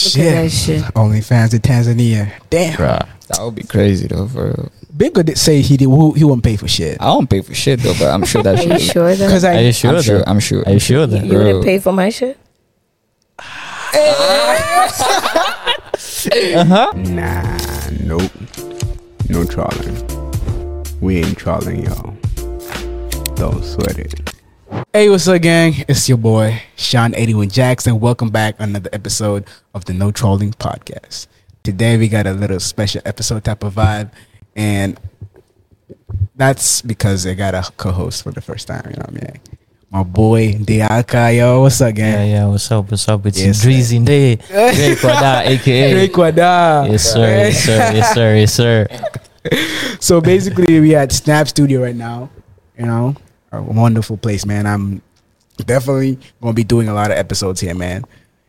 shit. shit. OnlyFans in Tanzania. Damn. Bruh, that would be crazy though. For real. Bigger did say he did. He wouldn't pay for shit. I don't pay for shit though, but I'm sure that Are you shit. sure that Cause I Are you sure? I'm sure. though? I'm sure. Are you sure? you Then? Bro. would pay for my shit? Nah, nope. No trawling. We ain't trawling, y'all. Don't sweat it. Hey, what's up, gang? It's your boy, Sean81 Jackson. Welcome back another episode of the No Trolling Podcast. Today, we got a little special episode type of vibe, and that's because I got a co host for the first time, you know what I mean? My boy, Deaka, yo. What's up, Yeah, gang? yeah. What's up? What's up? It's Yes, yes, Drizzy Day, Drake Wada, aka. Drake Wada. Yes sir, yes sir, yes sir, yes sir. so basically, we at Snap Studio right now. You know, a wonderful place, man. I'm definitely gonna be doing a lot of episodes here, man.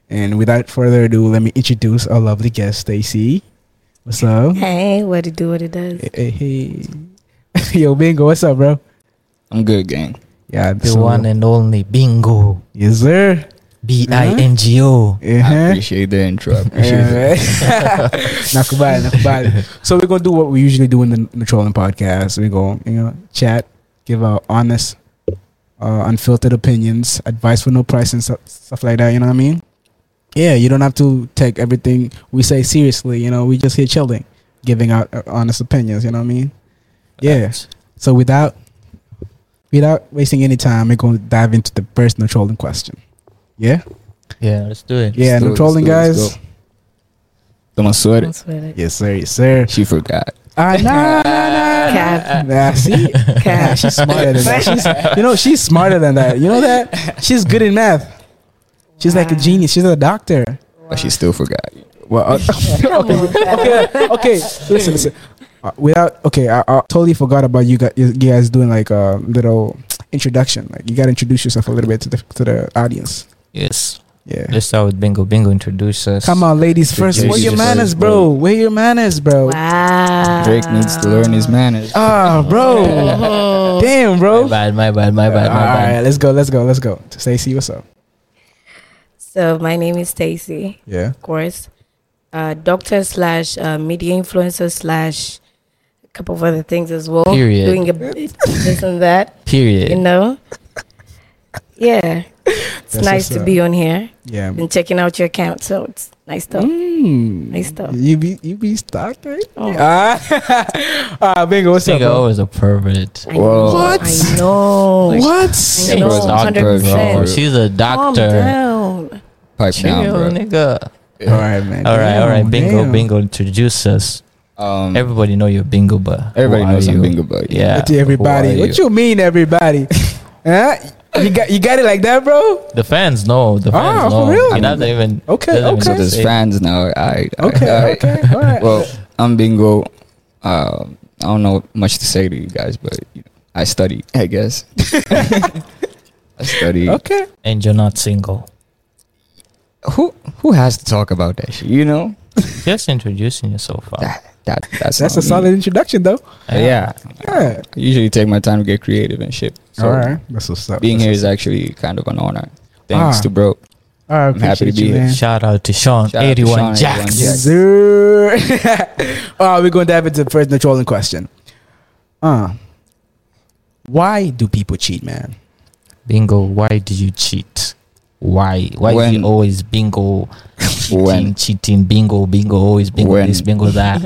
And without further ado, let me introduce our lovely guest, Stacy. What's up? Hey, what it do, what it does. Hey, hey, hey. yo, Bingo, what's up, bro? I'm good, gang. Yeah, The so- one and only Bingo, Yes, sir. B I N G O. I Uh-huh. appreciate the intro. I appreciate it. Nakubali, nakubali. So we're gonna do what we usually do in the, in the trolling podcast. We go, you know, chat, give our honest, uh, unfiltered opinions, advice for no price and stuff, stuff like that. You know what I mean? Yeah, you don't have to take everything we say seriously. You know, we just here chilling, giving out uh, honest opinions. You know what I mean? Mm-hmm. Yeah. So without without wasting any time, we're gonna dive into the first no trolling question. Yeah, Yeah, let's do it. yeah, Let's do no it, trolling, let's guys. do it, let's do it. Don't sweat Don't it. sweat it. Yes, sir. Yes, sir. She forgot. Ah, nah, nah, nah, nah. Cap, Nah, see, Nah, cap. she's smarter than that. She's, you know, she's smarter than that. You know that she's good in math. She's like a Wow. genius. She's a doctor. But she still forgot. Well, uh, Come on, cap. okay, okay. Listen, listen. Uh, without okay, I, I totally forgot about you guys, you guys doing like a little introduction. Like you gotta introduce yourself a little bit to the to the audience. Yes. Yeah. Let's start with Bingo. Bingo, introduce us. Come on, ladies first. Where Introduce your yourself, manners, bro. bro? Where your manners, bro? Wow. Drake needs to learn his manners. Ah, bro. Mhm. Damn, bro. My bad, my bad, my bad, my All right, bad. let's go, let's go, let's go. Stacy, what's up? So my name is Stacy, Yeah. of course. Uh, doctor slash uh, media influencer slash a couple of other things as well. Period. Doing a bit this and that, you Period. know. Yeah, it's That's nice what's to up. be on here. Yeah. Been checking out your account, so it's nice stuff. Mm. Nice stuff. You be you be stocked, right? Oh. Ah, ah, bingo. What's Bingo up? always a pervert. I know, What? I know. Bro? What? I know, Bro, doctor, 100%. Bro, she's a Calm doctor. down. Pipe down, Chill, bro. nigga. All right, man. All right, all right. Damn, Bingo, damn. Mm. bingo, introduce us. Um, Everybody know you're Bingo, but who everybody are knows I'm you? bingo, but yeah. Yeah. What you everybody? Who are What you mean, everybody? huh? You got you got it like that, bro? The fans know. The fans Ah, for know. real? You not even. Okay, doesn't even okay. So there's say- fans now. I, I, Okay, I, okay, all right. Well, I'm bingo. Uh, I don't know much to say to you guys, but you know, I study, I guess. I study. okay. And you're not single. Who who has to talk about that shit? You know Just introducing yourself. out. that that that's That's on a me. solid introduction, though. Uh, yeah. Yeah. I usually take my time to get creative and shit. So all right. That's what's up. being here is actually kind of an honor. Thanks Ah. to bro. All right, I'm happy to appreciate be you, here. man. Shout out to Sean, Shout out to Sean, 81 81 Jacks. Yes, sir. All right, we're going to dive into the first trolling question. Uh, why do people cheat, man? Bingo, why did you cheat? Why? Why When- is it always bingo, cheating, When? cheating, bingo, bingo, always bingo When? this, bingo that?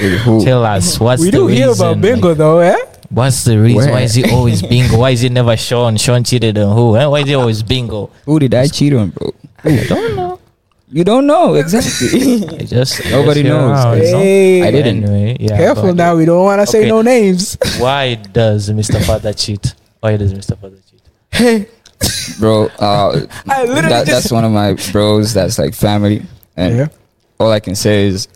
With who? Tell us what's we the do reason. hear about bingo, like, though, eh? what's the reason? Why Where? is it always bingo? Why is it never Sean? Sean cheated on who? Eh? Why is it always bingo? Who did I cheat on, bro? I don't know. You don't know exactly. I just I Nobody just hear knows. around, you know? Hey, I But didn't. Anyway, yeah, careful but now. We don't want to say Okay. no names. Why does Mr. Father cheat? Why does Mr. Father cheat? bro. Uh, I literally that, just- that's one of my bros. That's like family, and Yeah. all I can say is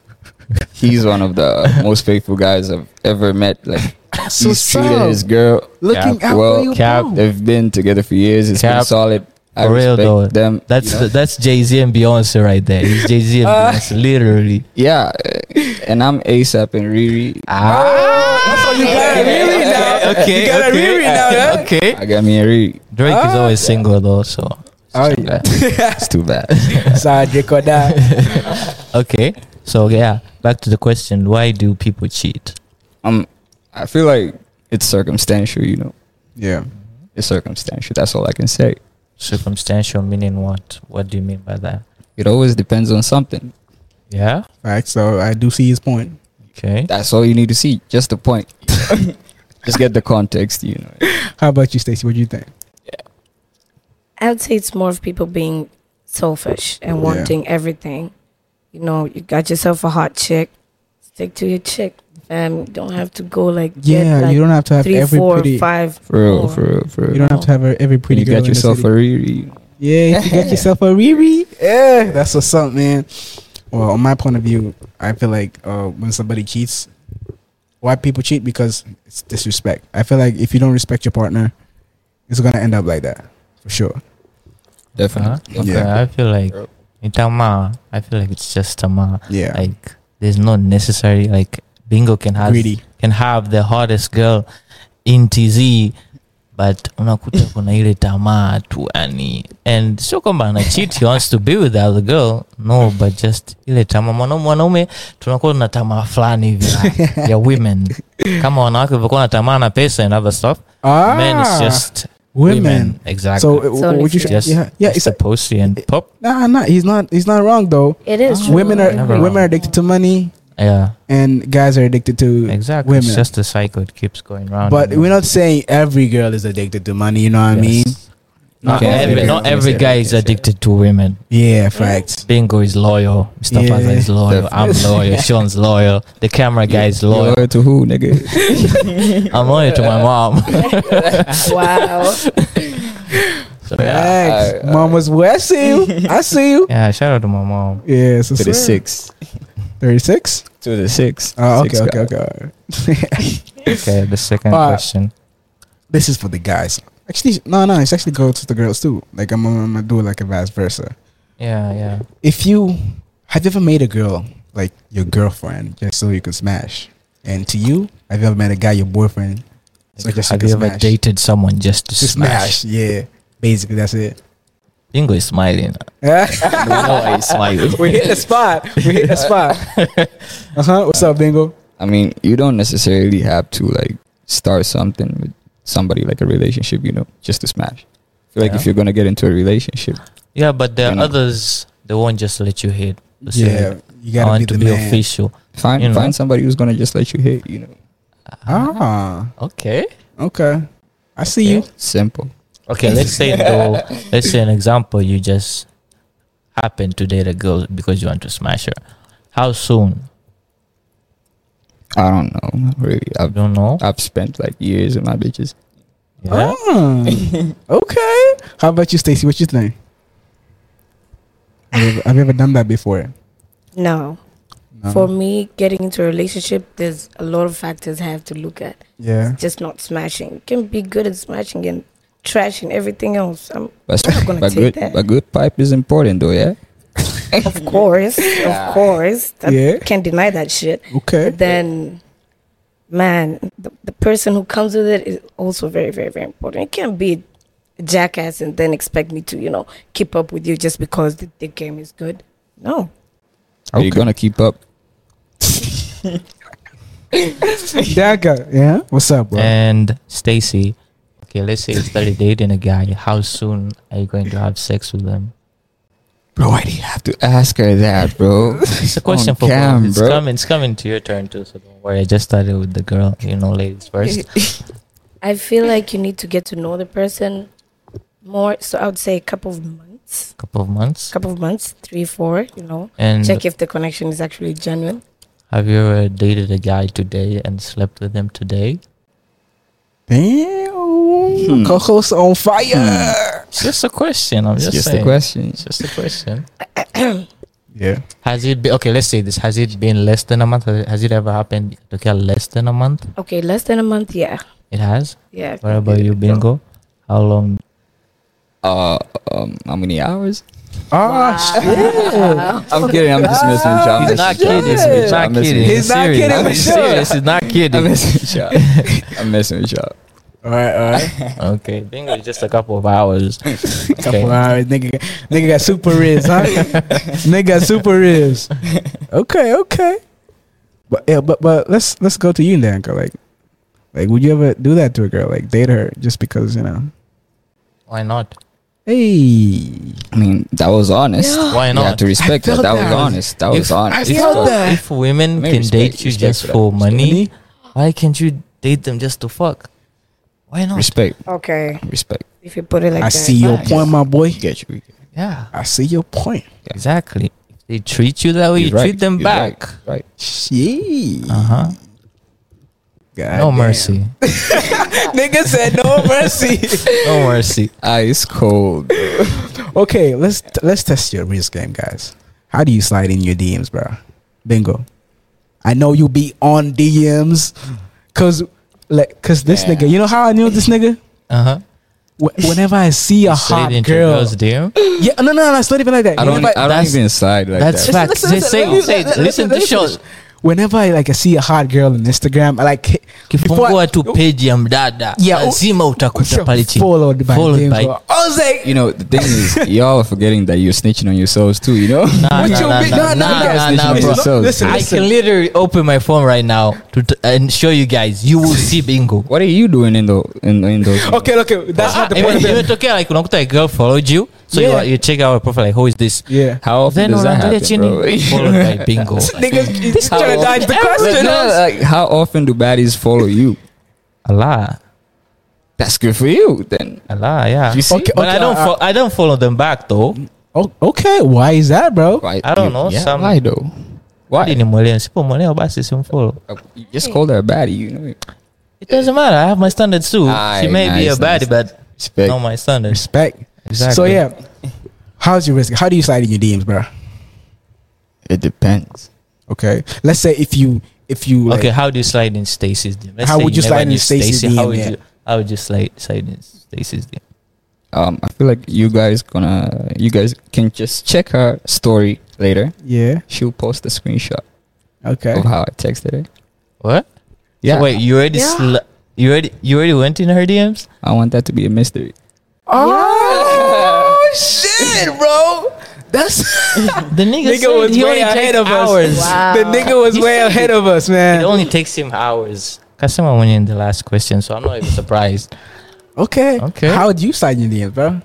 he's one of the most faithful guys I've ever met. Like so he's treated sad. his girl. Looking Cap, out well, for you, Cap, bro. They've been together for years. It's been Cap, solid. I For real respect though, them. that's you know? that's Jay Z and Beyonce right there. It's Jay Z and Beyonce, literally. yeah, uh, and I'm ASAP and Riri. Ah, that's all you got. Really now? Okay, You got a okay, Riri now, yeah? okay. I got me and Riri. Drake is always single though, so Oh, Too bad. it's too bad. Sorry, Draco. That. Okay. So yeah, back to the question: Why do people cheat? Um, I feel like it's circumstantial. You know, Yeah. it's circumstantial. That's all I can say. Circumstantial meaning what? What do you mean by that? It always depends on something. Yeah. Right. So I do see his point. Okay. That's all you need to see. Just the point. Just get the context. You know. How about you, Stacey? What do you think? I would say it's more of people being selfish and Yeah. wanting everything. You know, you got yourself a hot chick, stick to your chick. Um, don't have to go like Yeah, get, like, you don't have to have three, every four, pretty. five. For real. Oh. more. For real. For real. You don't have to have every pretty. you girl in got the yourself city. a re. Yeah, if you got yourself a Riri. Yeah, that's what's up, man. Well, on my point of view, I feel like uh, when somebody cheats, why people cheat because it's disrespect. I feel like if you don't respect your partner, it's gonna end up like that for sure. Uh-huh. Definitely. Okay. Yeah. I feel like in Tama, I feel like it's just Tama. Yeah, Like there's no necessary like Bingo can have greedy. can have the hottest girl in TZ but unakuta kuna ile tamaa tu yani and sio kwamba ana cheat he wants to be with the other girl no but just ile tamaa mwanaume mwanaume tunakuwa tuna tamaa fulani hivi ya- ya women kama wanawake walikuwa na tamaa na pesa and other stuff Ah, men is just women. women, exactly So, so uh, only would you? fair. just yeah, yeah. it's It's the pussy and pop nah, nah. He's not. He's not wrong though. It is true. Ah. Women are Ah, Never women wrong. are addicted to money, yeah and guys are addicted to exactly women. it's just the cycle it keeps going round but and we're not saying every girl is addicted to money. You know what I mean? Yes. Not Okay. every, Okay. not every Okay. guy is Okay. addicted to women. Yeah, facts. Bingo is loyal. Mr. Yeah. Faza is loyal. I'm loyal. Sean's loyal. The camera guy is loyal. Loyal to who, nigga? I'm loyal to my mom. wow. So, yeah. Facts. I- I- Mama's well, I see you. I see you. yeah, shout out to my mom. Yeah, so to the six. 36? To the six. Oh, okay, Six okay, guy. okay. all right. Okay, the second Uh, question. this is for the guys. Actually, no, no, it's actually goes to the girls too. Like, I'm, I'm gonna do it like a vice versa. Yeah, yeah. If you have you ever made a girl like your girlfriend just so you can smash? And to you, have you ever met a guy, your boyfriend, so just Have you you can ever smash? dated someone just to, to smash? smash? Yeah, basically, that's it. Bingo is smiling. we I know why he's smiling. hit the spot. We hit the spot. Uh huh. What's up, Bingo? I mean, you don't necessarily have to like start something with somebody like a relationship, you know, just to smash. I feel like Yeah. if you're gonna get into a relationship, yeah, but there You are know. others, they won't just let you hit. They say, Yeah, you I gotta want be to the be man. official. find You know. find somebody who's gonna just let you hit, you know. Ah, Okay. okay. I see you. Simple. Okay, let's say though, let's say an example. You just happen to date a girl because you want to smash her. How soon? I don't know, really. I I've don't know. I've spent like years with my bitches. Yeah. Ah, okay. How about you, Stacy? What you think? Have you ever, have you ever done that before? No. For me, getting into a relationship, there's a lot of factors I have to look at. Yeah. Just not smashing. You can be good at smashing and trash and everything else. i But, I'm not gonna but take good that. but good pipe is important though, yeah? of course, of course. That, Yeah. Can't deny that shit. Okay. But then, man, the, the person who comes with it is also very, very, very important. You can't be a jackass and then expect me to, you know, keep up with you just because the, the game is good. No. Are you gonna keep up? Daga. Yeah. What's up, bro? And Stacy, okay, let's say you started dating a guy. How soon are you going to have sex with him? Bro, why do you have to ask her that, bro? It's a question On for cam, both. It's bro. coming. It's coming to your turn too. So don't worry. I just started with the girl. You know, ladies first. I feel like you need to get to know the person more. So I would say a couple of months, couple of months. couple of months, three, four, you know, And check if the connection is actually genuine. have you ever dated a guy today and slept with him today? Damn. Hmm. Co-host on fire. It's just a question. I'm It's just, just saying. a question. It's just a question. Yeah. Has it been okay? Let's say this. Has it been less than a month? Has it- has it ever happened to get less than a month? Okay, less than a month, yeah. It has. Yeah. What about you, Bingo? How long? Uh um how many hours? Hmm. Ah, Wow. I'm kidding, I'm just messing with you. I'm He's messing not with you. I'm He's not kidding, messing with you. I'm messing with you. kidding. He's not kidding. serious. for He's sure. serious. He's not I'm kidding. messing with y'all. I'm messing with y'all. shit. All right, all right. Okay, bingo is just a couple of hours. Couple Okay. hours, nigga. got- Nigga got super ribs, huh? nigga got super ribs. Okay, okay. But yeah, but but let's let's go to you, Nanka. Like, like, would you ever do that to a girl? Like, date her just because you know? Why not? Hey, I mean, that was honest. Why You have not? to respect that. felt That that. was honest. That was If- honest. I If, felt So- that. if women Maybe can respect- date you respect just for that. for money, why can't you date them just to fuck? Why not? Respect. Okay, Respect. if you put it like I that. see your point, my boy. Get you. yeah, I see your point. exactly. If they treat you that way, You're you right. treat them You're back. Right. Shit. Uh huh. God No damn. mercy. Nigga said no mercy. No mercy. Ice Ah, cold. Okay, let's let's test your risk game, guys. How do you slide in your DMs, bro? Bingo. I know you be on DMs, cause like, cause this Yeah. nigga. You know how I knew this nigga? Uh huh. Wh- Whenever I see a hot girl, girls, dear. yeah, no, no, no, it's not even like that. I don't. Whenever I don't that's- even slide like That's that. Listen, listen, facts. They listen, say- let me- say- let- listen let to me shows. whenever I like I see a hot girl on Instagram, I like hit- before I- Kifungua tu page ya mdada Yeah, oh, lazima utakuta pale chini followed by Followed DMs, by- bro. I was like, You know, the thing is, y'all are forgetting that you're snitching on yourselves too. You know. Nah, What nah, you nah, mean? nah, Nah, nah, nah, nah, nah, nah, nah, nah, bro. listen, listen, I listen. can literally open my phone right now to t- and show you guys. You will see bingo. What are you doing in the in, in those? Oh, okay, okay, that's not the Ime- point. of it. imetokea like unakuta a girl followed you so you Yeah. are- you, check out her profile like who is this Yeah, How often then does that unaangalia happen, bro? chini followed by bingo niggas, you trying How to often- dodge the Like, question? no, like, how often do baddies follow you? Allah That's good for you. Then Allah yeah you see. Okay, but I don't uh, fo- I don't follow them back though O- okay, why is that, bro? Why- I don't you- know, yeah, some- why though? Why? hadi nimwelewe sipomwelewa basi simfollow You just called her a baddie. You know. it doesn't matter I have my standards too Aye, she may be nice, a baddie nice. but Respect. not my standards Respect. Exactly. So yeah, how's your risk? How do you slide in your DMs, bro? It depends. Okay, let's say if you if you like, okay how do you slide in Stacy's DM Let's How say would you never slide in knew Stacy's Stacy. how DM, would yeah. you how would you slide slide in Stacy's DM Um, I feel like you guys gonna you guys can just check her story later. yeah, She'll post a screenshot okay, of how I texted her. what Yeah, so wait you already Yeah. sli- you already you already went in her DMs I want that to be a mystery. oh shit, bro, that's The nigga, Nigga said was he way only ahead takes of us. hours. Wow. the nigga was He way said ahead it. of us, It man. only takes him hours. Customer went in the last question, so I'm not even surprised. Okay, Okay. How would you slide in your DMs, bro?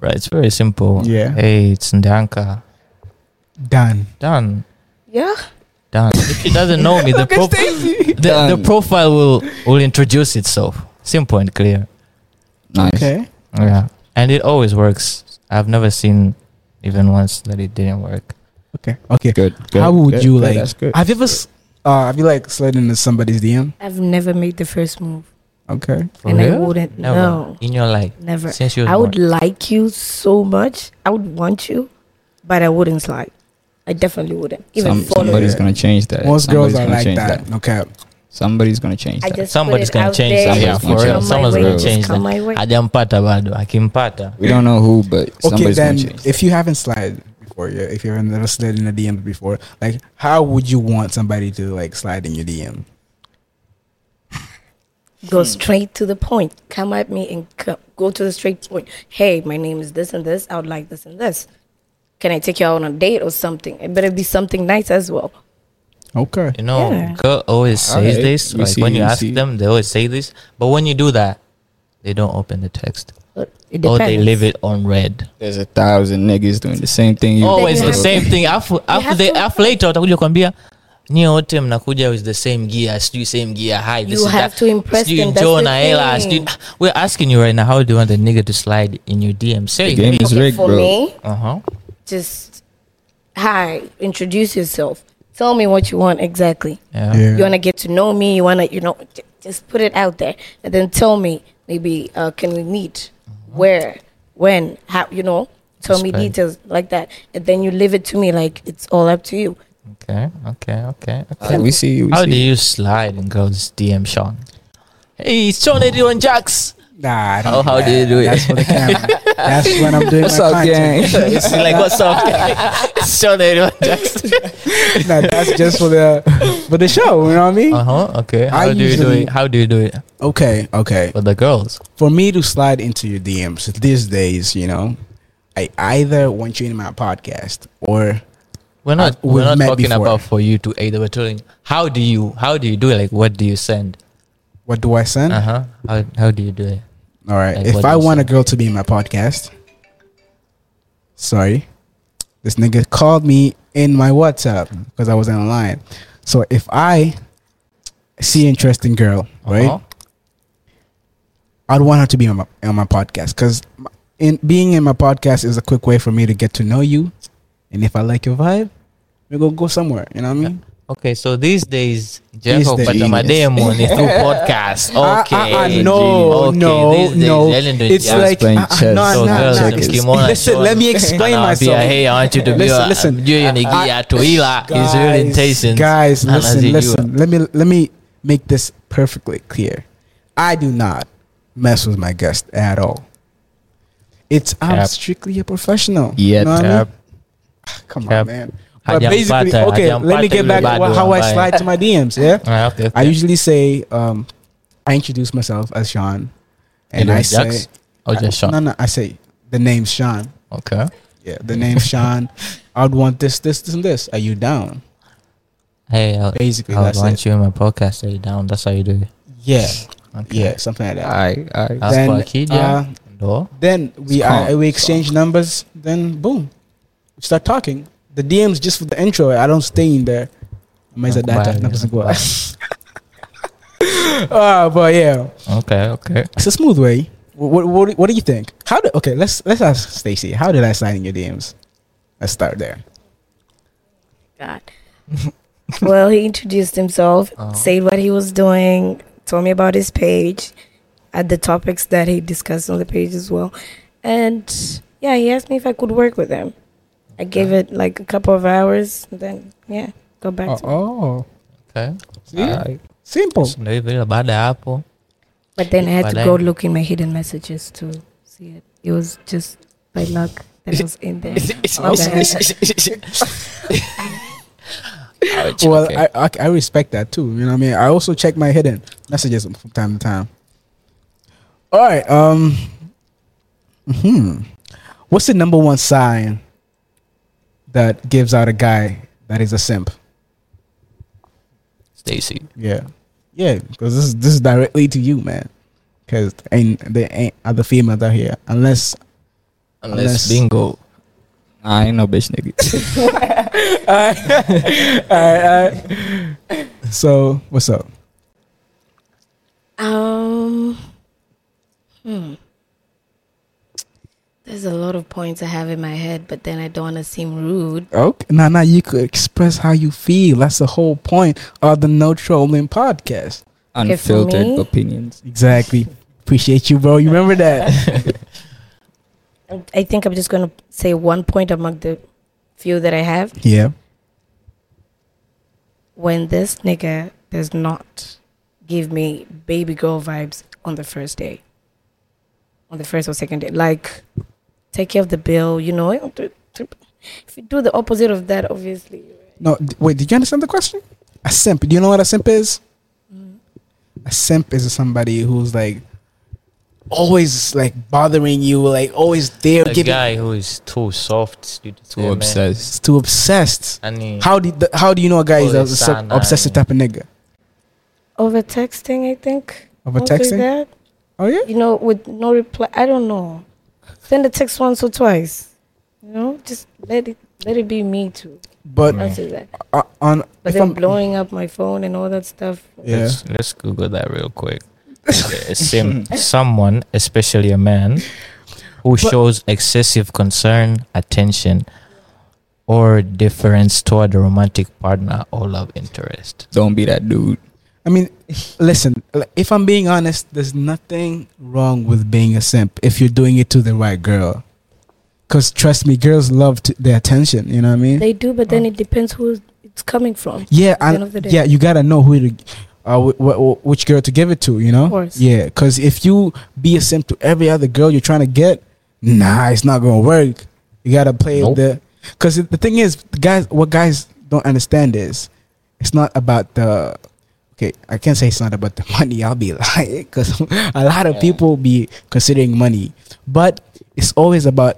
Right, it's very simple. Yeah. Hey, it's Ndanka. Done. Done. Yeah. Done. If she doesn't know me, the, prof- the, the Done. profile will, will introduce itself. Simple and clear. Nice. Okay, Yeah. And it always works. I've never seen even once that it didn't work. okay, okay. Good. good, How would good, you good, like? That's good. Have you ever s- uh, have you like slid into somebody's DM? I've never made the first move, Okay, For and I real? wouldn't. Never. No, In your life. never. Since you was I would born. like you so much. I would want you, but I wouldn't slide. I definitely wouldn't even Some, follow. somebody's it. gonna change that. most girls Somebody's are gonna like change that. Okay, Somebody's gonna change I that. just Somebody's put it gonna out change there. that. Somebody's Yeah, gonna for real. change that. Someone's gonna Just change come my that. way. Hajampata bado. Akimpata. we don't know who, but okay. somebody's Then gonna change. if you haven't slid before, yeah, if you've never slid in a DM before, like how would you want somebody to like slide in your DM? Go straight to the point. Come at me and co- go to the straight point. Hey, my name is this and this. I would like this and this. Can I take you out on a date or something? It better be something nice as well. Okay. You know, Yeah. girl always says Alright, this. we Like see, when you we ask see. them, they always say this. But when you do that, they don't open the text. But It Or depends. Oh, they leave it on red. There's a thousand niggas doing the same thing. You Always you the have- same thing. Afu, afu, have they, to- afu later watakuja kwambia nyie wote mnakuja with the same gear sijui same gear hi this You is have that. to impress Sijui them, that's njoo the na hela, thing. sijui- Ah, we're asking you right now how do you want the nigga to slide in your dm say The game is Okay, rigged, for bro. me, uh-huh just hi, introduce yourself. Tell me what you want exactly. yeah, Yeah. You want to get to know me. You want to, you know, j- just put it out there and then tell me. Maybe uh, can we meet? Where? When? How? You know, tell me Respect. details like that, and then you leave it to me like it's all up to you. okay okay okay okay Uh, we see. We how see. do you slide in girls dm sean hey it's sean Edwin jacks Nah, I don't How- how do you that. do it? That's for the camera. That's when I'm doing What's my up, content. gang? it's like what's up? Show that everyone just. Nah, that's just for the for the show. You know what I mean? Uh huh. Okay. How I do you do usually- it? How do you do it Okay, okay. for the girls? For me to slide into your DMs these days, you know, I either want you in my podcast or We're not. Uh, we've we're not met talking before. about for you to either. We're telling how do you how do you do it? Like what do you send? what do I send? Uh huh. How how do you do it? All right. Like, what if do I you want a send? girl to be in my podcast, sorry, this nigga called me in my WhatsApp because I was online. So if I see interesting girl, right? Uh-huh. I'd want her to be on my, on my podcast because in being in my podcast is a quick way for me to get to know you, and if I like your vibe, we're gonna go somewhere. You know what I mean? Okay, so these days, oh, These Jacob days. Patamademo is through podcast. Okay. Ah, ah, ah, no, Okay, no, these days, no. Ellen don't It's jam. like playing ah, ah, chess. no, So no, Oh, girls, no. it's Kimona Listen, Shaw. let me explain And I'll be myself. like, Hey, I want you to be Listen, a, listen. You and I- Gia to Ila. It's really intense. Guys, And I see listen, you. listen. Let me let me make this perfectly clear. I do not mess with my guest at all. It's I'm Cap. strictly a professional. Yep. Know what I mean? Cap. Come Cap. on, man. Hajam But basically, Pata, okay, let Hajam me Pata get yule back to bado wha- how I ambaye- slide to my DMs. Yeah, Ah, okay, I okay. usually say um, I introduce myself as Sean, and Ellen I say, Jacks or Oh, just I, no, Sean. no, I say the name's Sean. Okay. Yeah, the name's Sean. I'd want this, this, this, and this. Are you down? Hey, I Basically, I that's want it. you in my podcast. Lay down. That's how you do it. Yeah, Okay. yeah, something like that. I, I, Ask for a kid, yeah. uh, No. then we calm, I, we it's exchange numbers. Then boom, we start talking. The DMs just for the intro. I don't stay in there. Amazing data. Nakubali, numbers go out. nakubali. Ah, but yeah, Okay, okay. it's a smooth way. What what, what do you think? How do okay? Let's let's ask Stacy. How did I sign in your DMs? Let's start there. God. well, he introduced himself, Uh-huh. said what he was doing, told me about his page, and the topics that he discussed on the page as well. And yeah, he asked me if I could work with him. I gave it like a couple of hours, and then yeah, go back Uh, to oh. Okay. See? Simple. Ndio vile baada ya hapo. But then I had to But go then- look in my hidden messages to see it. It was just by luck that it was in there. Okay. Ouch, Well, okay. I, I I respect that too. You know what I mean? I also check my hidden messages from time to time. All right. Um. Hmm. What's the number one sign that gives out a guy that is a simp? Stacy. Yeah. Yeah, because this is this is directly to you, man. Because ain't there ain't other females out here unless Unless Unless- bingo. I ain't no bitch nigga. So what's up? Um, hmm. There's a lot of points I have in my head, but then I don't want to seem rude. Okay, nah, nah. You could express how you feel. That's the whole point of the No Trolling podcast. Unfiltered me? opinions. Exactly. Appreciate you, bro. You remember that? I- I think I'm just going to say one point among the few that I have. yeah. When this nigga does not give me baby girl vibes on the first day, on the first or second day, like take care of the bill, you know. If you do the opposite of that, obviously. No, d- wait, did you understand the question? A simp. Do you know what a simp is? Mm. A simp is somebody who's like always like bothering you, like always there, The giving. guy who is too soft. Too Too obsessed. It's too obsessed. Ani, How do th- how do you know a guy is a, Pole sub- sana, obsessive yeah. type of nigga? Over texting, I think. Over Mostly texting? that. Oh yeah. you know, with no reply. I don't know. Send a text once or twice. You know, just let it let it be me too. But Mm. I'll say that. uh, on But if then I'm blowing up my phone and all that stuff. yeah. let's, let's Google that real quick. Okay, Sim, someone, especially a man, who shows excessive concern, attention, or deference toward a romantic partner or love interest. Don't be that dude. I mean, listen, like, if I'm being honest, there's nothing wrong with being a simp if you're doing it to the right girl. Because trust me, girls love to, the attention, you know what I mean? Oh. They do, but then it depends who it's coming from. yeah, the end and- of the day. yeah, you gotta know who to. uh, wh- wh- wh- which girl to give it to, you know? Of course. Yeah, because if you be a simp to every other girl you're trying to get, nah, it's not gonna work. You gotta play Nope. the. Because the thing is, the guys, what guys don't understand is, it's not about the. Okay, I can't say it's not about the money. I'll be lying because a lot of Yeah. people be considering money, but it's always about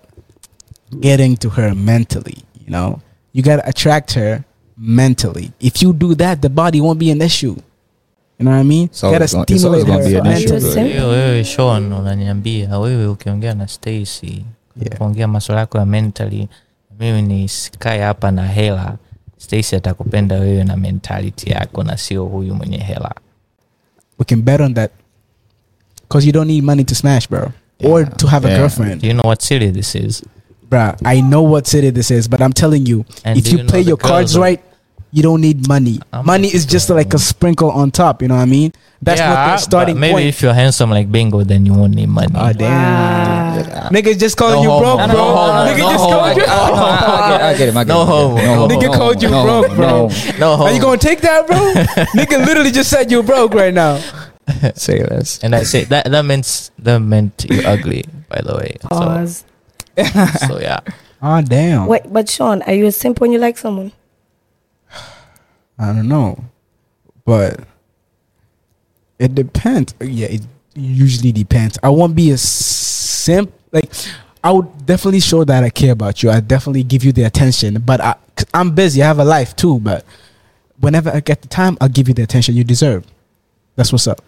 getting to her mentally. You know, you gotta attract her mentally. If you do that, the body won't be an issue. You know what I mean? It's always gonna- it's always gonna be an issue, mentally. bro. Hiyo wewe Sean unaniambia wewe ukiongea na Stacy Yeah. kuongea masuala yako ya mentally, mimi nisikae hapa na hela. Stacy atakupenda wewe na mentality yako na sio huyu mwenye hela. We can bet on that because you don't need money to smash, bro, or Yeah. to have a Yeah. girlfriend, Do you know what city this is? bro. I know what city this is, but I'm telling you, And if do you, you know play the your girls cards are- right, you don't need money. I'm money just is just saying. like a sprinkle on top. You know what I mean? That's yeah, not their but starting maybe point. if you're handsome like Bingo then you won't need money. Ah, damn. Wow. Niggas just calling you homo. broke, No, bro. no, homo. Nigga No just homo. called you. I- I- I get it. I get it. No homo, no Nigga homo, called you broke, bro. no, Are you homo. gonna take that, bro? Nigga literally just said you broke right now. Say less. and I say that that meant that meant you ugly, by the way. So, Pause. so yeah, Oh damn. Wait, but Sean, are you a simp when you like someone? I don't know, but it depends. Yeah, it usually depends. I won't be a simp. Like, I would definitely show that I care about you. I definitely give you the attention, but I, i I'm busy. I have a life too. But whenever I get the time, I'll give you the attention you deserve. That's what's up.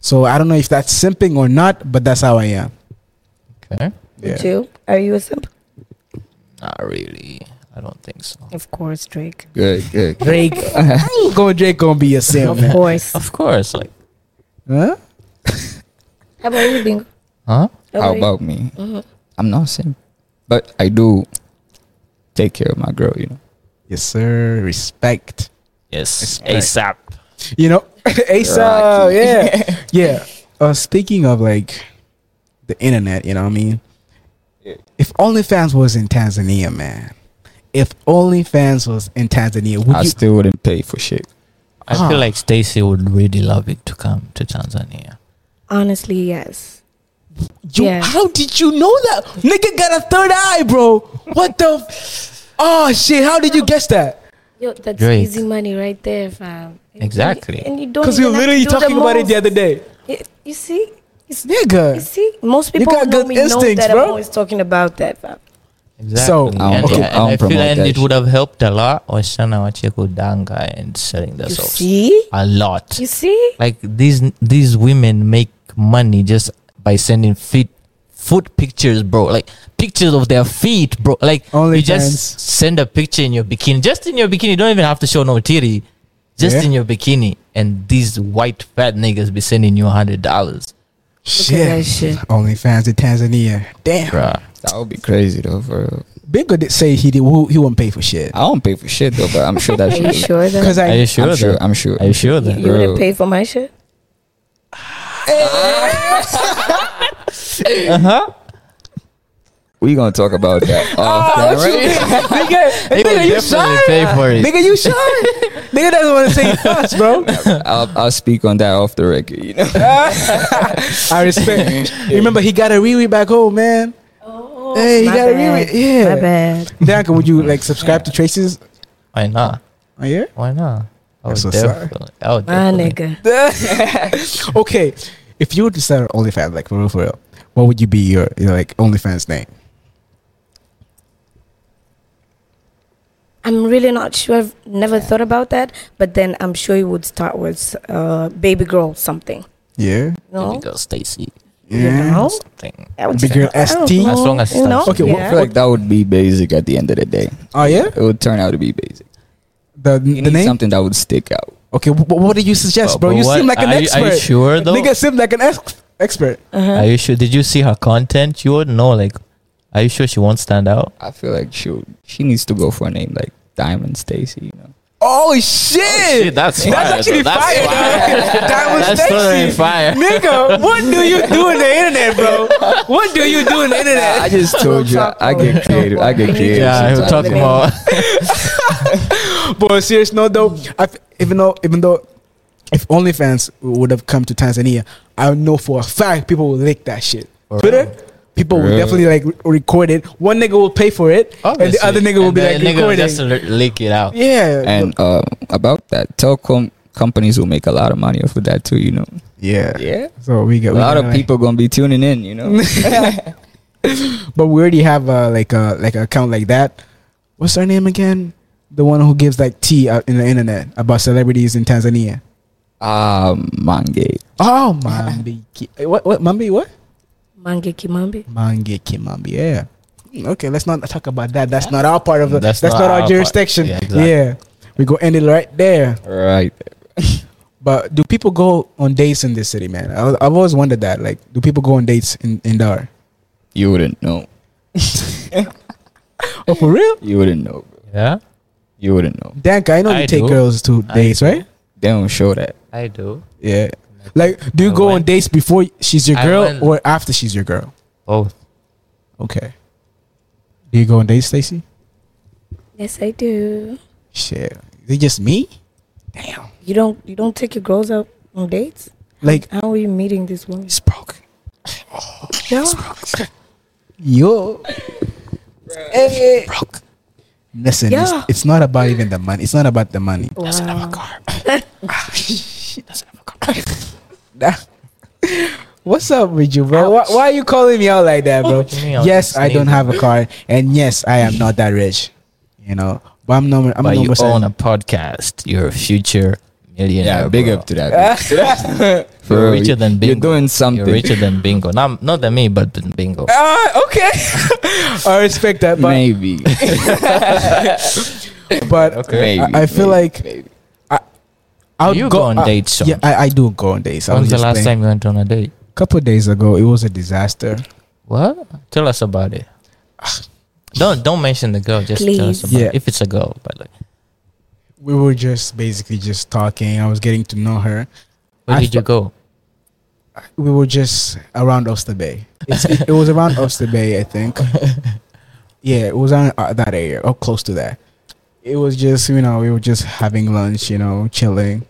So I don't know if that's simping or not, but that's how I am. okay, Yeah. Jill, are you a simp? not really. I don't think so. Of course, Drake. Good, good. Drake, going Drake gonna be a simp. Of man. course. Of course, like Huh? How about you, Bingo? huh? How How about me? Mhm. I'm not saying, but I do take care of my girl. You know. Yes, sir. Respect. Yes, It's ASAP. You know, ASAP. Yeah, yeah. Uh, speaking of like the internet, you know what I mean? Yeah. If OnlyFans was in Tanzania, man. If OnlyFans was in Tanzania, would I you? still wouldn't pay for shit. I Ah. feel like Stacy would really love it to come to Tanzania. Honestly, yes. you Yeah. How did you know that? Nigga got a third eye, bro. What the? F- oh shit! How did you guess that? Yo, that's Drake. easy money right there, fam. And- Exactly. And you don't. Because we were even have literally to do talking about it the most. other day, Y- You see, it's You nigga. see, most You people got who know good me know instincts, that bro. I'm always talking about that. fam. Exactly. So- and, I don't and pro- I don't I feel promote and that it shit. would have helped a lot wasichana wachie kudanga and selling You themselves see, a lot. you see, like these these women make money just by sending feet foot pictures bro like pictures of their feet bro like Only you just fans. send a picture in your bikini just in your bikini you don't even have to show no titty just Yeah. in your bikini and these white fat niggas be sending you a hundred dollars that shit. OnlyFans in Tanzania. Damn. bruh That would be crazy though. For real. Bigger did say he did. He won't pay for shit. I don't pay for shit though, but I'm sure that Are shit. you sure that Because I are you sure I'm sure. that? I'm sure. are you sure you, that you Bro. wouldn't pay for my shit? Uh-huh. We gonna talk about that. off Ah, what you camera. mean? nigga, They nigga, would you definitely shy? pay for it. Nigga, you shy? nigga doesn't want to say first, bro. I'll, I'll speak on that off the record. You know. I respect. You Remember, he got a rewe back home, man. Oh, Hey, you my gotta bad. read it, yeah. my bad. Danka, would you like subscribe to Traces? why not Oh yeah. why not I would That's what's up. definitely, I would My definitely- nigga. okay, if you were to start an OnlyFans, like for real, for real, what would you be your, your like OnlyFans name? I'm really not sure. I've never thought about that. But then I'm sure you would start with uh, baby girl something. Yeah. Here we No, go, Stacy You know? something I would Big just- girl I don't ST? know, As long as you know? that's- Okay, yeah. what- I feel like that would be basic at the end of the day. Oh yeah. It would turn out to be basic. The You the need name. something that would stick out. Okay. wh- wh- what do you Oh, suggest, bro? You but what- seem like an are you- expert. are you sure though Nigga seem like an ex- expert. Uh-huh. Are you sure? Did you see her content? You would know, like, are you sure she won't stand out? I feel like she would- she needs to go for a name like Diamond Stacy. You know. Oh shit! that's That's actually fire. dude. Diamond That's Stacy. totally fire. Nigga, what do you do in the internet, bro? What do you do in the internet? I just told you I, I get creative. I get creative. Yeah, we're sometimes. talking about. But serious note though, I f- even though even though if OnlyFans would have come to Tanzania, I know for a fact people would lick that shit. For Twitter, real. people will Real. definitely like re- record it. One nigga will pay for it, and the other nigga will be like nigga will recording. just l- lick it out. yeah, And uh, about that, telecom companies will make a lot of money off of that too. You know. yeah, Yeah. So we got A we lot got, of like- people gonna be tuning in. You know. But we already have uh, like a like an account like that. What's her name again? The one who gives like tea out in the internet about celebrities in Tanzania. Um, Mange. Oh, Mambiki. What? What? Mambi? What? Mange Kimambi. Mangeki Mambi. Yeah. Okay, let's not talk about that. That's not our part of the. That's, not, our, part. jurisdiction. Yeah, exactly. yeah, we go end it right there. Right. But do people go on dates in this city, man? I, I've always wondered that. Like, do people go on dates in in Dar? You wouldn't know. Oh, for real? You wouldn't know. Bro. Yeah, You wouldn't know. Danka, I know I you take do. girls to I dates, do. right? They don't show that. I do Yeah. Like, do you I go on went- dates before she's your I girl went- or after she's your girl? both. Okay. Do you go on dates, Stacy? Yes, I do. Shit. Is it just me? Damn. You don't you don't take your girls out on dates? Like, How are you meeting this woman? it's broke. No. Yo. Hey. Broke. Listen, Yeah. it's, it's not about even the money. It's not about the money. Doesn't have a Wow. car. she doesn't have a car. What's up with you, bro? Why, why are you calling me out like that, bro? What do you mean I was yes, I don't sneezing? have a car, and yes, I am not that rich. You know, but I'm number. I'm but you number own a seven. podcast. You're a future millionaire. Yeah, big bro. up to that. big up to that. For You're real, richer you- than You're Bingo. doing something. You're richer than Bingo. Not not than me, but than Bingo. Ah, okay. I respect that, but Maybe. but Maybe, I, I feel maybe, like maybe. I'll uh, You go on dates, Sean. Yeah, I, I do go on dates. I When was was the just last playing. time you went on a date? A couple of days ago, it was a disaster. What? Tell us about it. Don't don't mention the girl. Just tell us Please. about Ah. Yeah. it. If it's a girl, but like, We were just basically just talking. I was getting to know her. where I did you go? we were just around Oyster Bay. It's, it, it was around Oyster Bay, I think. Yeah, it was on uh, that area or close to that. It was just you know we were just having lunch, you know, chilling.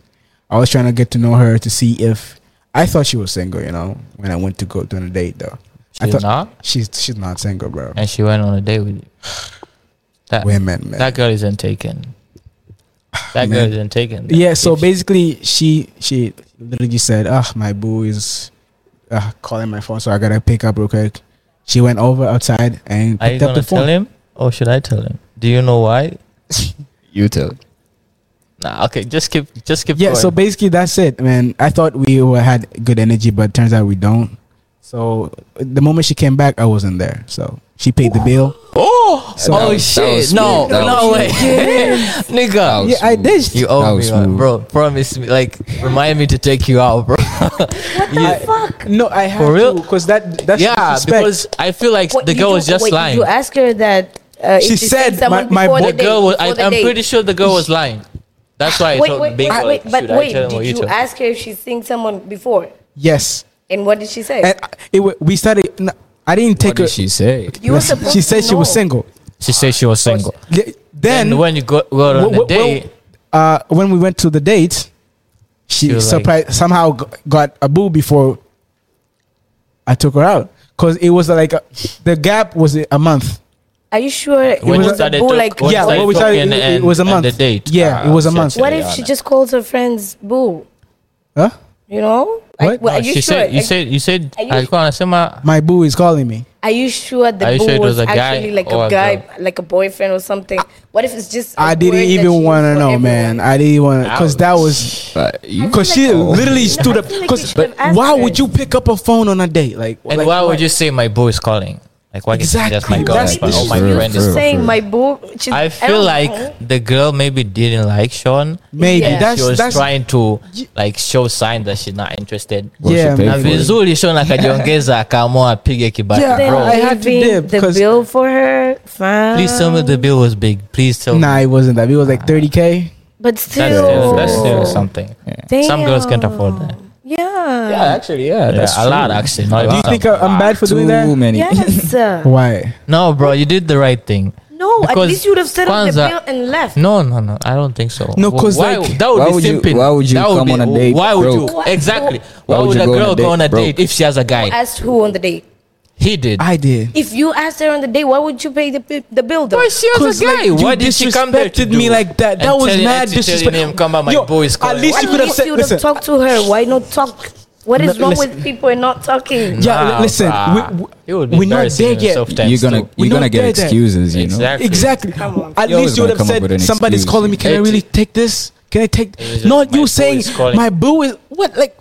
I was trying to get to know her to see if I thought she was single, you know, when I went to go on a date though. I She's thought- not, She's she's not single, bro. and uh, she went on a date with you. That Women, man. that girl isn't taken. That girl Man. isn't taken. yeah. So If she- basically, she she literally said, "Ah, my boo is uh, calling my phone, so I gotta pick up real quick." She went over outside and are you picked up gonna the phone. tell him or should I tell him? Do you know why? You tell. Nah. Okay. Just keep. Just keep. yeah Going. so basically that's it man i thought we were, had good energy but turns out we don't so the moment she came back i wasn't there so she paid the bill Oh, So that oh was- that was shit! No, smooth. That no was way, nigga. was yeah i smooth. did You That owe me, was one, smooth. bro. Promise me, like, remind me to take you out, bro. Fuck. no i had For real? because that that's yeah, disrespect. because I feel like What, the you girl do- was just wait, lying. You ask her that. Uh, if She she's said, seeing someone my- my boy- before the the date, girl was. I, before the I'm date. pretty sure the girl was lying. That's why I Wait, told wait, Bingo. wait, wait, but should I wait, tell him or did you you tell? ask her if she's seeing someone before? yes And what did she say? and I- it, wa- we started n- i didn't What take her did she say? you were supposed she said to she was know. single She said she was single. Th- And then when you go, go on wh- the wh- date, uh, when we went to the date she She was like- surprised somehow g- got a boo before i took her out because it was like a, the gap was a month Are you sure it when was you a was a started, boo talk, like? when you Yeah, started what we started- talking it- it and, was a and month. the date. Ah, Yeah, it was a shit, month. What if yeah, she nah. just calls her friends boo? huh You know? Like, What? what- No, are you she sure? said you Like, said you said Are you alikuwa anasema my boo is calling me Are you sure the Are you boo sure it was, was a guy actually like or a a guy, girl? like a boyfriend or something? What if it's just? I I didn't even want to know, man. I didn't want to, cause that was, But you cause she literally stood up. I feel like we Cause should have asked why her. would you pick up a phone on a date? Like, and like, why would you say my boy is calling? Like why can't you just my Exactly. girl That's is calling? the Oh, my issue. friend True, is. true. saying my boo. she's- I feel don't like know. the girl maybe didn't like Sean. Maybe Yeah. that's she was that's trying to Ye- like show signs that she's not interested. Well, yeah, she paid Na man. for it. vizuri Sean akajiongeza akaamua apige kibati Yeah, Then bro. I had to leaving dip, the 'cause- bill for her. Fine. Please tell me the bill was big. Please tell Nah, me. it wasn't that. It was like 30k. But That's still, still, Ew. that's still something. Damn. Some girls can't afford that. Yeah. Yeah, actually, yeah. Yeah, that's a lot true. actually. Do Not you even think some. I- I'm bad for Too doing that? many. Yes. Why? No, bro, you did the right thing. No, at Because least you would have set up the Kwanzaa- bill and left. No, no, no. I don't think so. No, 'cause, Why- like- that would Why be would you- simping. why would you That come be- on a date Why would broke? you exactly? Why, Why would, would you a go on a girl date go on a broke? date if she has a guy? Asked who on the day. he did. I did. If you asked her on the day, why would you pay the bi- the bill though? Why she has a guy? you why did she come there to disrespected me do? like that? That And was telling- mad and she telling disrespect- him, Come on, my Yo, boy is at calling." least Why At you could have least said- you would have listen. talked to her. Why not talk? What is No, wrong listen. with people and not talking? Yeah, li- Nah, listen, bruh. we- we- Ah, It would be we're not embarrassing there in yet. soft You're times gonna too. We you're gonna don't get dare that. excuses, you know. Exactly. Exactly. Come on. At You always least you would have gonna come up with said an somebody's excuse. calling me. Can I It's- really take this? Can I take? It was Not just, "My you boo saying is calling." my boo is what? Like,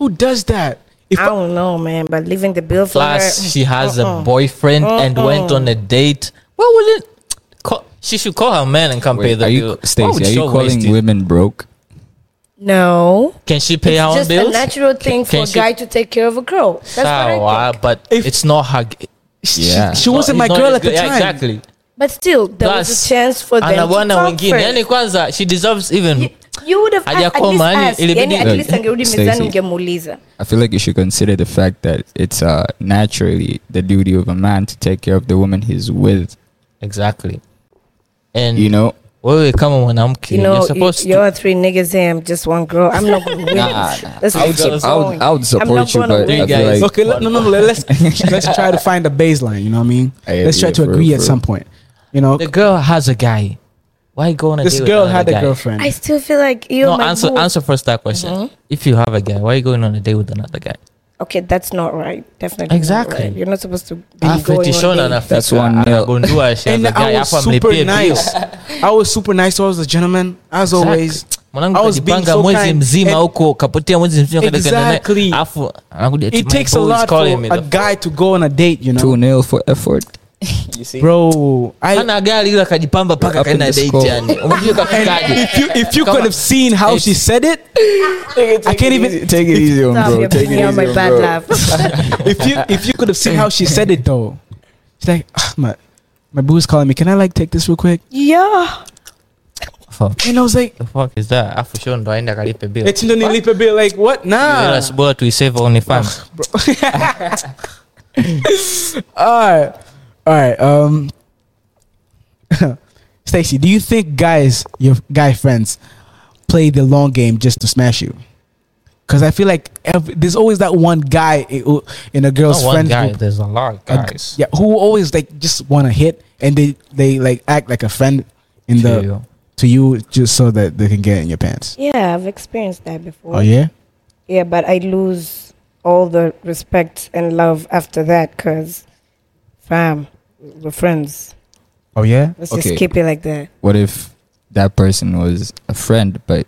who does that? If I don't know, man. But leaving the bill for Plus, her. she has Uh-uh. a boyfriend and Uh-uh. went on a date. Why would it? Call, she should call her man and come pay Wait, the are bill. you Why Stacey, would are she you always calling do- women broke? No. Can she pay her it's own just bills? a natural thing for Can a she- guy to take care of a girl. That's what I Ah, why? think. but If- it's not her. g- she, Yeah. she wasn't No, my it's not girl his at the girl. Yeah, time. exactly. But still, there was Plus, a chance for them to anawana talk wengine first. yani kwanza she deserves even You- You would have at, at Hajakoma, least yani, asked. ilibidi- Yani, at Look, least angerudi Stacey. mezani ungemuuliza. I feel like you should consider the fact that it's uh, naturally the duty of a man to take care of the woman he's with. exactly and You know, wewe kama mwanamke You know, you're supposed you, are three niggas here. I'm just one girl. I'm not going to win. Nah, this. nah. Let's I would, keep su- I would, going. I would I'm support not you, gonna but win. I Hey, guys. feel like Okay, let- no, no, no. let- Let's let's try to find a baseline. You know what I mean? I let's try agree, to bro, agree at bro. some point. You know, to the girl has a guy why go on a this date girl with had another a guy? girlfriend. I still feel like you. no my Mm-hmm. answer boo. answer first that question if you have a guy why are you going on a date with another guy Okay, that's not right. Definitely. Exactly. Ah, Not right. You're not supposed to. Be going afeti on shona dates. anafika That's one nil. anagundua uh, she has and a guy I was alafu amlipie super bills. nice. I was super nice towards the gentleman, as Exactly. always. mwanangu I was being kajipanga so mwezi kind. mzima And- huko kapotea mwezi mzima kaenda kuenda naye. Exactly. Alafu, anakuja eti, It "My takes a boo is lot for calling me." a The- guy to go on a date, you know, two nil for effort. you see, bro. I hana gari ila akajipamba mpaka Up in the kaenda date score. yani umejua kafikaje if you if you could have seen how she said it, I can't even take it easy on Stop, bro. you're Take it picking easy on on my bad bro. laugh. if you if you could have seen how she said it though, she's like, "Ah, my my boo's calling me. Can I like take this real quick? yeah. Fuck. And I was like, The fuck is that afu show ndo aende akalipe bill it's Ah. in the lipa bill. Like what? Nah. Ila bora tuisave OnlyFans. All right, all right. Um, Stacy, do you think guys, your guy friends, play the long game just to smash you? Because I feel like every, there's always that one guy i- who- in a girl's Not one friend guy. group, There's a lot of a- guys. yeah, who always like just want to hit and they they like act like a friend in the True. to you just so that they can get in your pants. Yeah, I've experienced that before. Oh yeah, Yeah, but I lose all the respect and love after that because, fam, we're friends. oh yeah. Let's Okay. just keep it like that. What if that person was a friend, but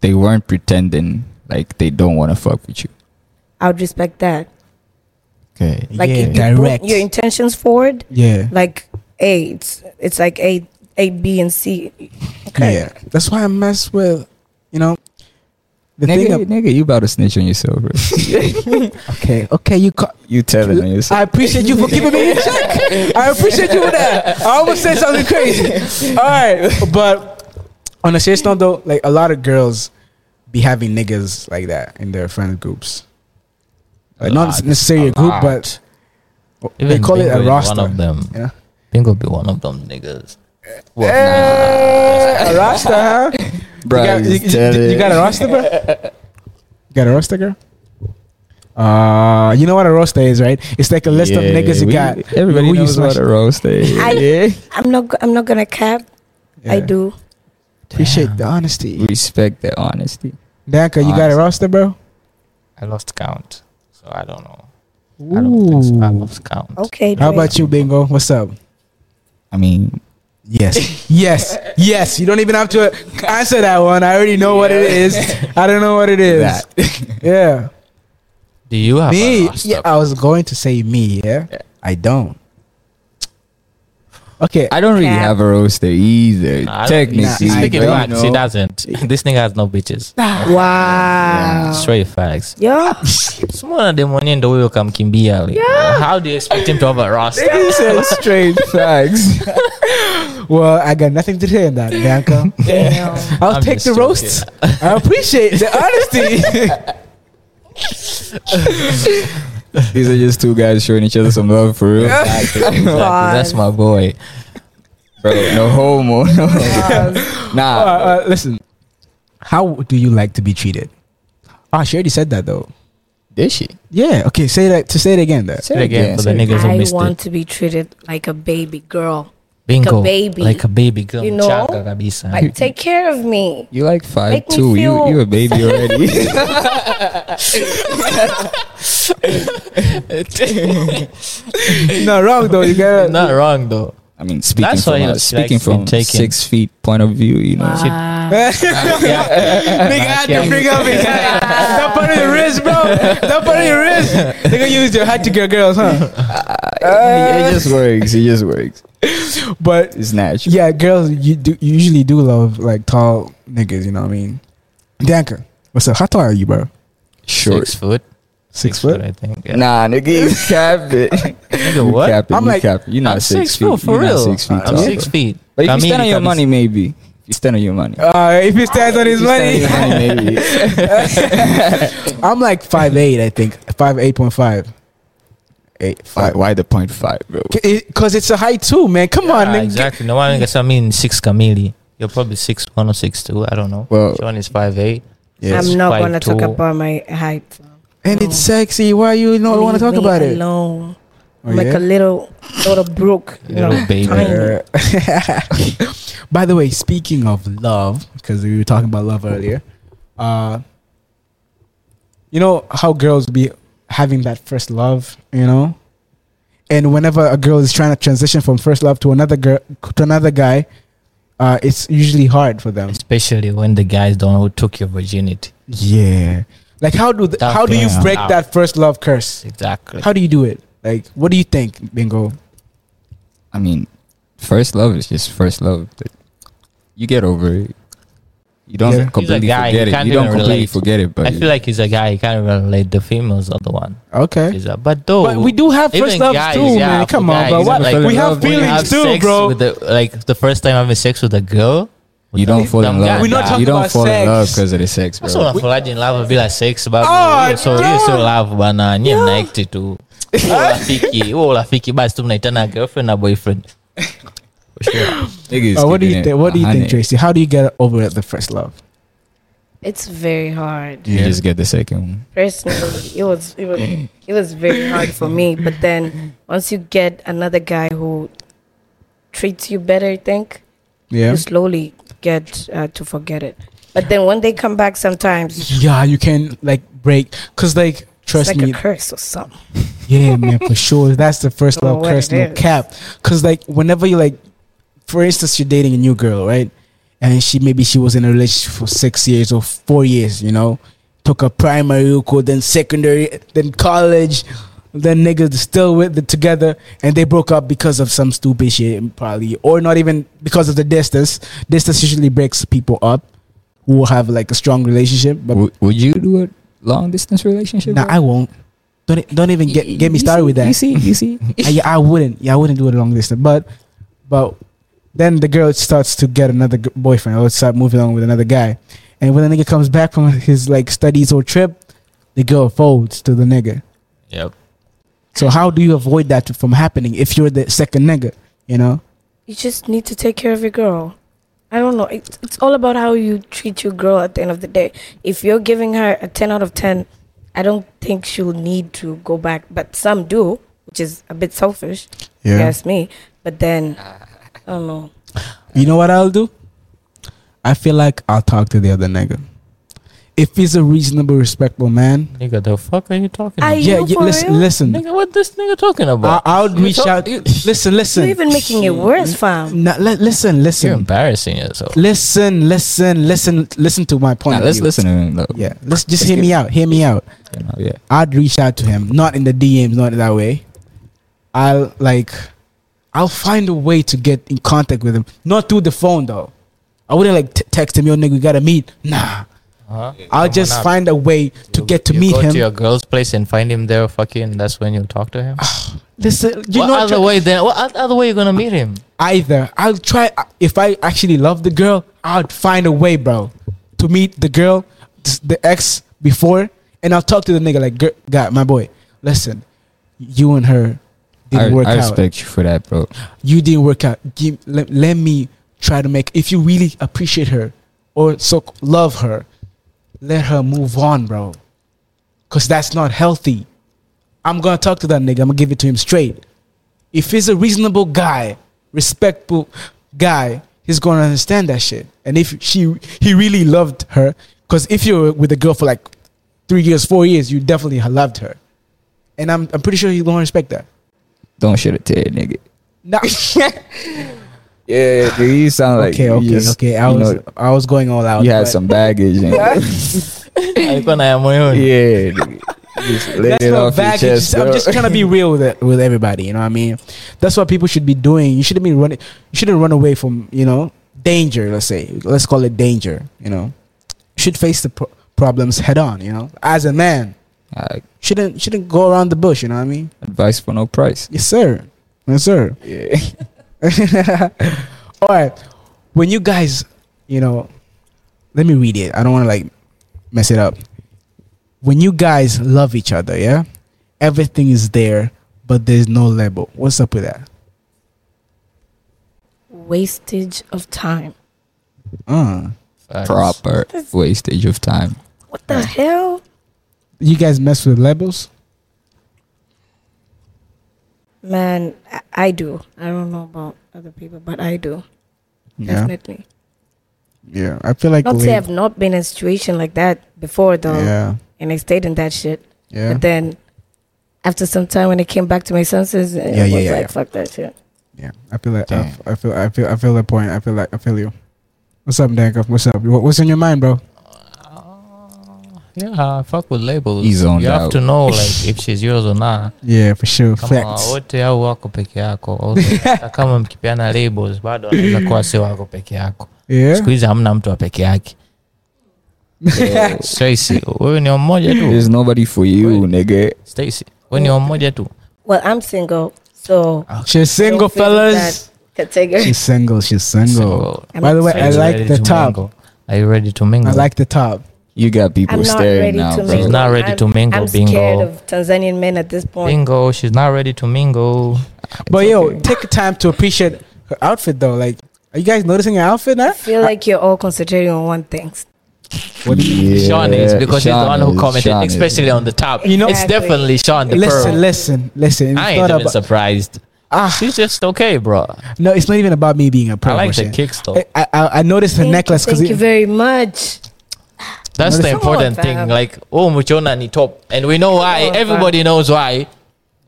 they weren't pretending like they don't want to fuck with you? I would respect that. Okay, Like, yeah, if you put direct. your intentions forward, yeah, like, A, it's, it's like A, A, B, and C. Okay. yeah. That's why I mess with, you know. The thing, nigga, ab- nigga, you about to snitch on yourself, bro. okay, okay, you ca- you telling on yourself. I appreciate you for keeping me in check. I appreciate you for that. I almost said something crazy. All right, but on a serious note, though, like a lot of girls be having niggas like that in their friend groups. Like A not lot, necessarily a a group, lot. but Even they call it Bingo a is roster. One of them. Yeah. Bingo be one of them niggas. Well, Eh, a roster, huh? Bro, you, got, you- you- you got a roster, bro? You got a roster, girl? Uh, you know what a roster is, right? It's like a list of niggas you got. Everybody who you knows what smash- a roast eh? is. I- I'm not, go- I'm not gonna cap. I Yeah. do. Appreciate Damn. the honesty. Respect the honesty. Danka, you got a Honest. roster, bro? I lost count, so I don't know. I don't think so. I lost count. Okay. How Dre. about you, Bingo? What's up? I mean, Yes, yes, yes. You don't even have to answer that one. I already know what it is. I don't know what it is. That. yeah, Do you have a me. roster? Yeah, I was going to say me. Yeah, Yeah. I don't. Okay, I don't really Yeah. have a roaster either. Nah, I don't- Technically, She's I speaking don't facts. She doesn't. this nigga has no bitches. Wow. Straight facts. Yo, Smaller than one end the way kamkimbia. Like, How do you expect him to have a roster? He said straight facts. well, I got nothing to say on that, Bianca. damn. I'll I'm take just the roast. I appreciate the honesty. These are just two guys showing each other some love for real. Exactly, exactly. Pause. That's my boy. bro. No homo. No. Uh, Nah. uh, listen, how do you like to be treated? Ah, she already said that though. Did she? Yeah. Okay. Say that. To say it again. That. Say it again for the say it niggas. Because I I missed want to be treated like a baby girl. Bingo. baby. Like a baby girl. You know? Chaka kabisa. Like, take care of me. You like five Make me two. You feel- you a baby already. no, wrong though. You gotta. Not wrong though. I mean, speaking That's why from he a, likes to be speaking from taken. six feet point of view, you know. Nigga, I had to bring up his hat. That part of your wrist, bro. That part of your wrist. Nigga, use your hat to get girls, huh? it, it Ah, just works. It just works. But It's natural. yeah, girls, you do you usually do love like tall niggas. You know what I mean? Danka, what's up? How tall are you, bro? Short. Six foot. Six, foot. I think. Yeah. Nah, nigga, you cap it. You Nigga, what? cap it. I'm you like- cap it. You're not I'm 6 six, feet. bro, for You're real. not six feet. I'm tall, six bro. feet. But if Kamili you stand on your kabisa. money, maybe. If you stand on your money. Uh, if he stands on his If you money, stand on your money, maybe. I'm like five eight. I think five eight point five. Eight why, five. why the point five, bro? Because it's a height too, man. Come on, Ah, nigga. exactly. No one gets. I mean, six Kamili. You're probably six one or six two. I don't know. Well- Sean is five eight. I'm not Five going to talk two. about my height. And it's sexy. Why you don't want to talk about it? alone. Oh, I'm like yeah? a little, little brook. You Little know, baby. tiny. Uh, By the way, speaking of love, because we were talking about love earlier, uh, you know how girls be having that first love, you know, and whenever a girl is trying to transition from first love to another girl to another guy, uh, it's usually hard for them. Especially when the guys don't know who took your virginity. Yeah, like how do th- Tough how do you damn. break that first love curse? Exactly. How do you do it? Like, what do you think, Bingo? I mean, first love is just first love. Like, You get over it. You don't Yeah. He's a completely guy, you forget it. can't You don't even completely relate. forget it, but I feel like he's a guy. He can't relate. The females are the one. Okay, He's a- but though, But we do have first Oh, even loves guys, too, yeah, man. for Come on, guys, bro. you What? never fell we in have love when We you feelings have too, sex bro. With the, like the first time having sex with a girl. you don't fall in dumb love. guy. We're not nah. talking you don't about fall in love sex. because of the sex, bro. That's what I'm falling in love. Be like sex, Oh, but oh, so you damn. so love, but nah, you naked too. Ulafiki, ulafiki, but still naitana girlfriend or boyfriend. Niggas Uh, what do keeping you it think? What do you think, 100. Tracy? How do you get over the first love? It's very hard. You Yeah. just get the second one. Personally, it was it was it was very hard for me. But then once you get another guy who treats you better, I think Yeah. you slowly get uh, to forget it. But then when they come back, sometimes Yeah, you can like break because like trust it's like me, a curse or something. yeah, man, for sure. That's the first Don't know love what curse, it no is. cap. Because like whenever you like, for instance, you're dating a new girl, right? And she maybe she was in a relationship for six years or four years, you know, took a primary school, then secondary, then college. Then niggas still with the, together, and they broke up because of some stupid shit, probably, or not even because of the distance. Distance usually breaks people up who have like a strong relationship, but Would, would you do a long distance relationship? Nah, I won't. Don't e- don't even get get me started with that. You see, you see. I, Uh, yeah, I wouldn't. Yeah, I wouldn't do it long distance. But but then the girl starts to get another g- boyfriend or start moving on with another guy. And when the nigga comes back from his like studies or trip, the girl folds to the nigga. Yep. So how do you avoid that from happening if you're the second nigga? You know? You just need to take care of your girl. I don't know. It's, it's all about how you treat your girl at the end of the day. If you're giving her a 10 out of 10, I don't think she'll need to go back. But some do, which is a bit selfish, if you ask me. But then, I don't know. You know what I'll do? I feel like I'll talk to the other nigga. If he's a reasonable, respectable man, Nigga, the fuck are you talking Are about? you yeah, yeah for listen, real? listen. Nigga, what this nigga talking I, about? I'll You reach talk- out. you- Listen, listen. You're even making it worse, fam. No, li- listen, You're listen, embarrassing yourself. listen, listen, listen, listen to my point. Nah, of let's view. listen to him. Though. Yeah, let's just hear me out. Hear me out. You know, yeah. I'd reach out to him, not in the DMs, not that way. I'll like, I'll find a way to get in contact with him, not through the phone though. I wouldn't like t- text him, yo nigga, we gotta meet. Nah, Huh? I'll Come on just up. find a way to You- get to you meet go him. to your girl's place and find him there. Fucking, that's when you talk to him. listen, Ah, you what know, other tr- way then? What oth- other way you gonna meet him? either I'll try if I actually love the girl, I'll find a way, bro, to meet the girl, th- the ex before, and I'll talk to the nigga like, "Gir- "God, my boy, listen, you and her, didn't I, work I out. respect you for that, bro. you didn't work out. Give, let, let me try to make. If you really appreciate her or so love her, let her move on, bro. Cause that's not healthy. I'm gonna talk to that nigga. I'm gonna give it to him straight. If he's a reasonable guy, respectful guy, he's gonna understand that shit. And if she, he really loved her, cause if you're with a girl for like three years, four years, you definitely loved her. And I'm, I'm pretty sure he's gonna respect that. Don't shit a tear, nigga. Nah. Yeah, nigga, you sound like okay, you okay, just- okay. I you was know, I was going all out. you had but some baggage. And, alikuwa na ya moyoni yeah, nigga. just let That's it not off baggage. your chest, bro. I'm just trying to be real with it, with everybody. You know what I mean? That's what people should be doing. You shouldn't be running. You shouldn't run away from you know danger. Let's say let's call it danger. You know, you should face the pro- problems head on. You know, as a man, I shouldn't shouldn't go around the bush. You know what I mean? advice for no price. Yes, sir. Yes, sir. Yeah. all right. When you guys, you know, let me read it. I don't want to like mess it up. When you guys love each other, yeah, everything is there, but there's no label. What's up with that? Wastage of time. Uh, Proper wastage of time. What the hell? you guys mess with labels? Man, I, I do. I don't know about other people, but I do. Definitely. yeah. I feel like Not we- say I've not been in a situation like that before, though. yeah, And I stayed in that shit. yeah, But then after some time, when I came back to my senses, yeah, Yeah, I was yeah, yeah, like, yeah. fuck that shit. yeah. I feel like I Damn. f- I feel I feel I feel that point. I feel like I feel you. What's up, Danko? What's up? What- What's in your mind, bro? yeah I fuck with labels He's zoned you have out. to know like if she's yours or not Yeah, for sure. kama Facts. wote au wako peke yako Also, hata kama mkipeana labels bado anaweza kuwa sio wako peke yako Yeah. siku hizi hamna mtu wa peke yake Stacy, wewe ni wa mmoja tu There's nobody for you, nigga. Stacy, wewe ni wa mmoja tu Well, I'm single, so. She's single, don't fit in fellas. that Category. She's single. She's single. Single. I'm By the way, Are I you like ready the to top. mingle? Are you ready to mingle? I like the top. You got people I'm not staring ready now, to bro. She's mingle. not ready to I'm- mingle, I'm bingo. scared of Tanzanian men at this point. mingle. She's not ready to mingle. But It's yo, okay. take time to appreciate her outfit though. Like, are you guys noticing her outfit now? I feel like you're all concentrating on one thing. Yeah, Sean is because he's the one who Sean is, commented, Sean is. especially on the top. You know- it's Exactly. definitely Sean the Listen, pearl. listen, listen. It's I not ain't even about- surprised. ah, She's just okay, bro. no, it's not even about me being a pro. I like the Shane. kicks though. I, I, I- I noticed her Thank you, necklace because Thank you very much. That's the Come important on, thing. fam. Like, oh, Muchona ni top, and we know why. on, Everybody knows why.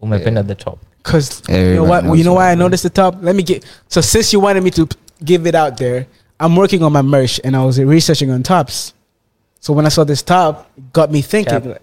Umependa the top. because you know Everybody what? knows You know why I that, bro. noticed the top? Let me get. So since you wanted me to p- give it out there, I'm working on my merch and I was researching on tops. So when I saw this top, it got me thinking.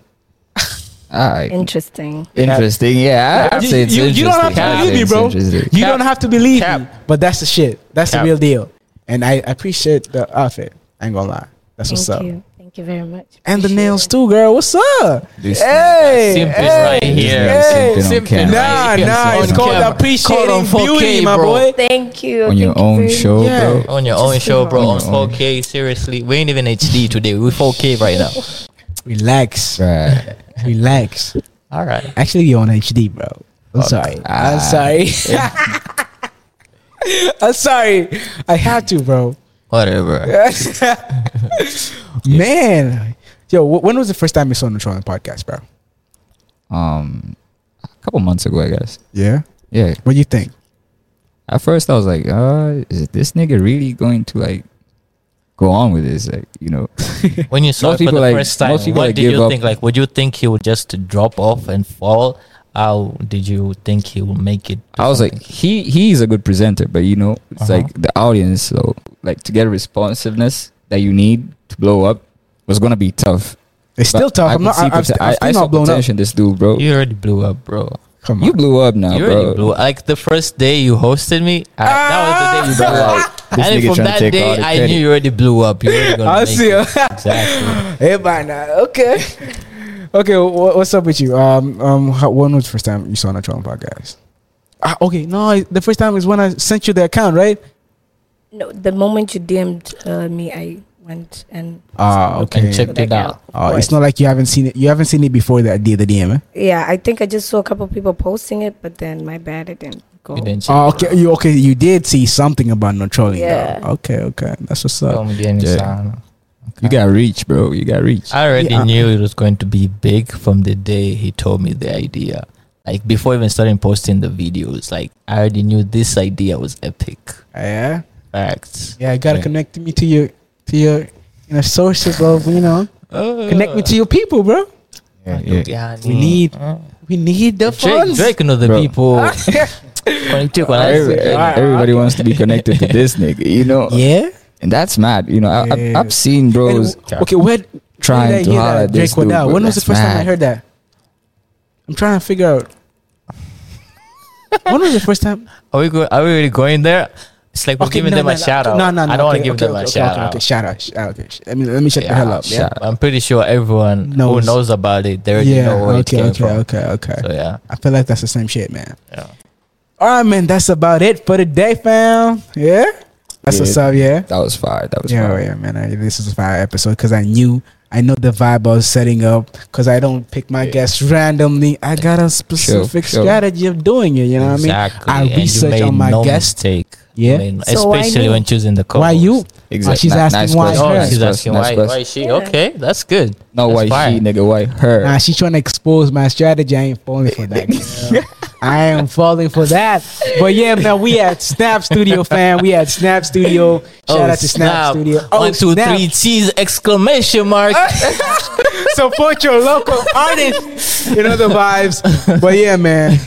Cap. All right. Interesting. Interesting. Yeah, I- I'd You- say it's you- you interesting. don't have to I'd believe say me, it's bro. interesting. You Cap. don't have to believe me, Cap. but that's the shit. That's the Cap. real deal. And I I appreciate the outfit. I ain't gonna lie. That's what's Thank up. you. Thank you very much. And the Appreciate nails it. too, girl. What's up? This Hey, Simp is right here. Hey. Simp is on camera. Nah, Right here. nah, On it's called camera. Call on appreciating 4K, beauty, my bro. boy. Thank you. on your Thank you own very show, Yeah. bro. On your own Just show, the bro. On norm. 4K, seriously, we ain't even HD today. We're 4K right now. Relax, Right. relax. All right. Actually, you're on HD, bro. I'm sorry. I'm Ah. sorry. I'm sorry. I had to, bro. Whatever. Man, yo, wh- when was the first time you saw the Trolling podcast, bro? Um, a couple months ago, I guess. Yeah. Yeah. What do you think? At first, I was like, uh, is this nigga really going to like go on with this? Like, you know, When you saw Most it for people the like- first time, most people what like did give you up. think? Like, would you think he would just drop off and fall? How did you think he would make it? to I was like, he something? he's a good presenter, but you know, it's Uh-huh. like the audience. So, like to get a responsiveness that you need to blow up was gonna be tough. It's still But tough. I I'm could not. I, see I've, poten- I've I- I still saw not blown up. potential in this dude, bro. you already blew up, bro. Come on. You blew up now, you bro. already blew Like the first day you hosted me, I, that was the day you blew up. Ah! This and nigga from tryna that take all the day, I credit. knew you already blew up. You already gonna I make see. it. Exactly. Hey, by now. Okay. okay. wha what's up with you? Um, um, how, when was the first time you saw the Trolling podcast? Ah, okay. No, I- the first time is when I sent you the account, right? No, the moment you DM'd uh, me, I went went and Ah, okay. And checked it out. Oh, Uh, It's not like you haven't seen it. You haven't seen it before that day, the DM. Eh? Yeah, I think I just saw a couple people posting it, but then my bad, I didn't go. You didn't check Oh, okay. You okay? You did see something about no trolling. Yeah. though. Okay. Okay. That's what's up. Comedian is, Oh, Yeah. uh, You got reach, bro. You got reach. I already Yeah. knew it was going to be big from the day he told me the idea. Like before even starting posting the videos, like I already knew this idea was epic. Yeah. Facts. Yeah. You gotta Yeah. connect me to your to your you know sources of you know connect me to your people, bro. yeah, yeah. We need- We need the uh, Drake, funds. Drake know the Bro. people. Connect to- Every- connect to- Alright, everybody wants to be connected to this nigga, you know, Yeah. and that's mad. You know, I, I've, Yeah. I've seen bros And w- okay. Where where did I trying to hear holler that at Drake this dude. Waddell? bro. When was the That's first time I mad. heard that? I'm trying to figure out. when was the first time? Are we go, Are we really going there? It's like we're giving no, them no, a shout no, out. No, no, no. I don't want to okay, give okay, them a okay, okay, shout okay, out. Okay, shout out. Shout out. Okay. sh- Let me let me shut the Yeah, hell up. Yeah. shout out. I'm pretty sure everyone Knows. who knows about it, they already know where it okay, came okay, from. okay, okay. So yeah, I feel like that's the same shit, man. yeah. All right, man. That's about it for today, fam. Yeah. That's Yeah. what's up. Yeah. That was fire. That was Yeah, fire. yeah, man. I, this is a fire episode because I knew, I know the vibe I was setting up because I don't pick my Yeah. guests randomly. I got a specific sure. strategy of doing it. You know exactly. what I mean? I and you research made on my no guests. Mistake. Yeah. I mean, So why especially me? when choosing the co Why you? Exactly. she's Ni- asking why question, her. Oh, Nice she's question, asking nice why, question. why is she? Yeah. Okay, that's good. No, That's why she, fine. nigga? Why her? Nah, she's trying to expose my strategy. I ain't falling for that. girl. I am falling for that. But yeah, man, we at Snap Studio, fam. We at Snap Studio. Shout out to Snap, Studio. Oh, Oh, One, two, snap. three, cheese! Exclamation mark! Support your local artists. You know the vibes. But yeah, man.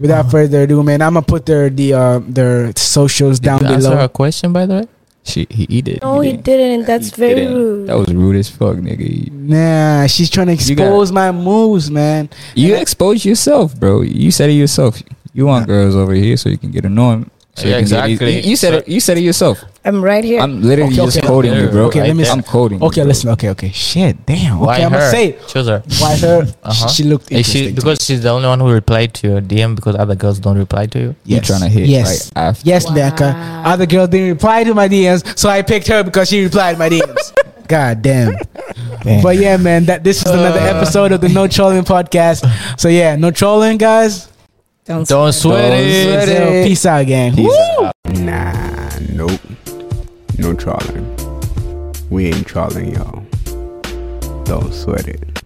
Without further ado, man, I'm gonna put their the uh, their socials down Did you answer below. her question, by the way. She he, he did. No, he didn't, and that's He very didn't. rude. That was rude as fuck, nigga. Nah, she's trying to You got it. expose my moves, man. You expose yourself, bro. You said it yourself. You want girls over here so you can get annoying. So Yeah, you can get exactly. easy- You, you said it. You said it yourself. I'm right here. I'm literally Okay, just okay. quoting you, bro. Okay, let me- I'm quoting. you, Okay, bro. listen. Okay, okay. Shit, damn. Okay, Why I'm her? gonna say it. Choose her. Why her? Uh-huh. She, she looked Is interesting. she because she's the only one who replied to your DM because other girls don't reply to you? You trying to hit Yes. right after? Yes, Wow. Naka. Other girl didn't reply to my DMs, so I picked her because she replied my DMs. God damn. But yeah, man, that this is another Uh. episode of the No Trolling Podcast. So yeah, no trolling, guys. Don't Don't sweat Don't it. sweat So, it. peace out, gang. Peace out. Nah, nope. No trawling. We ain't trawling, y'all. Don't sweat it.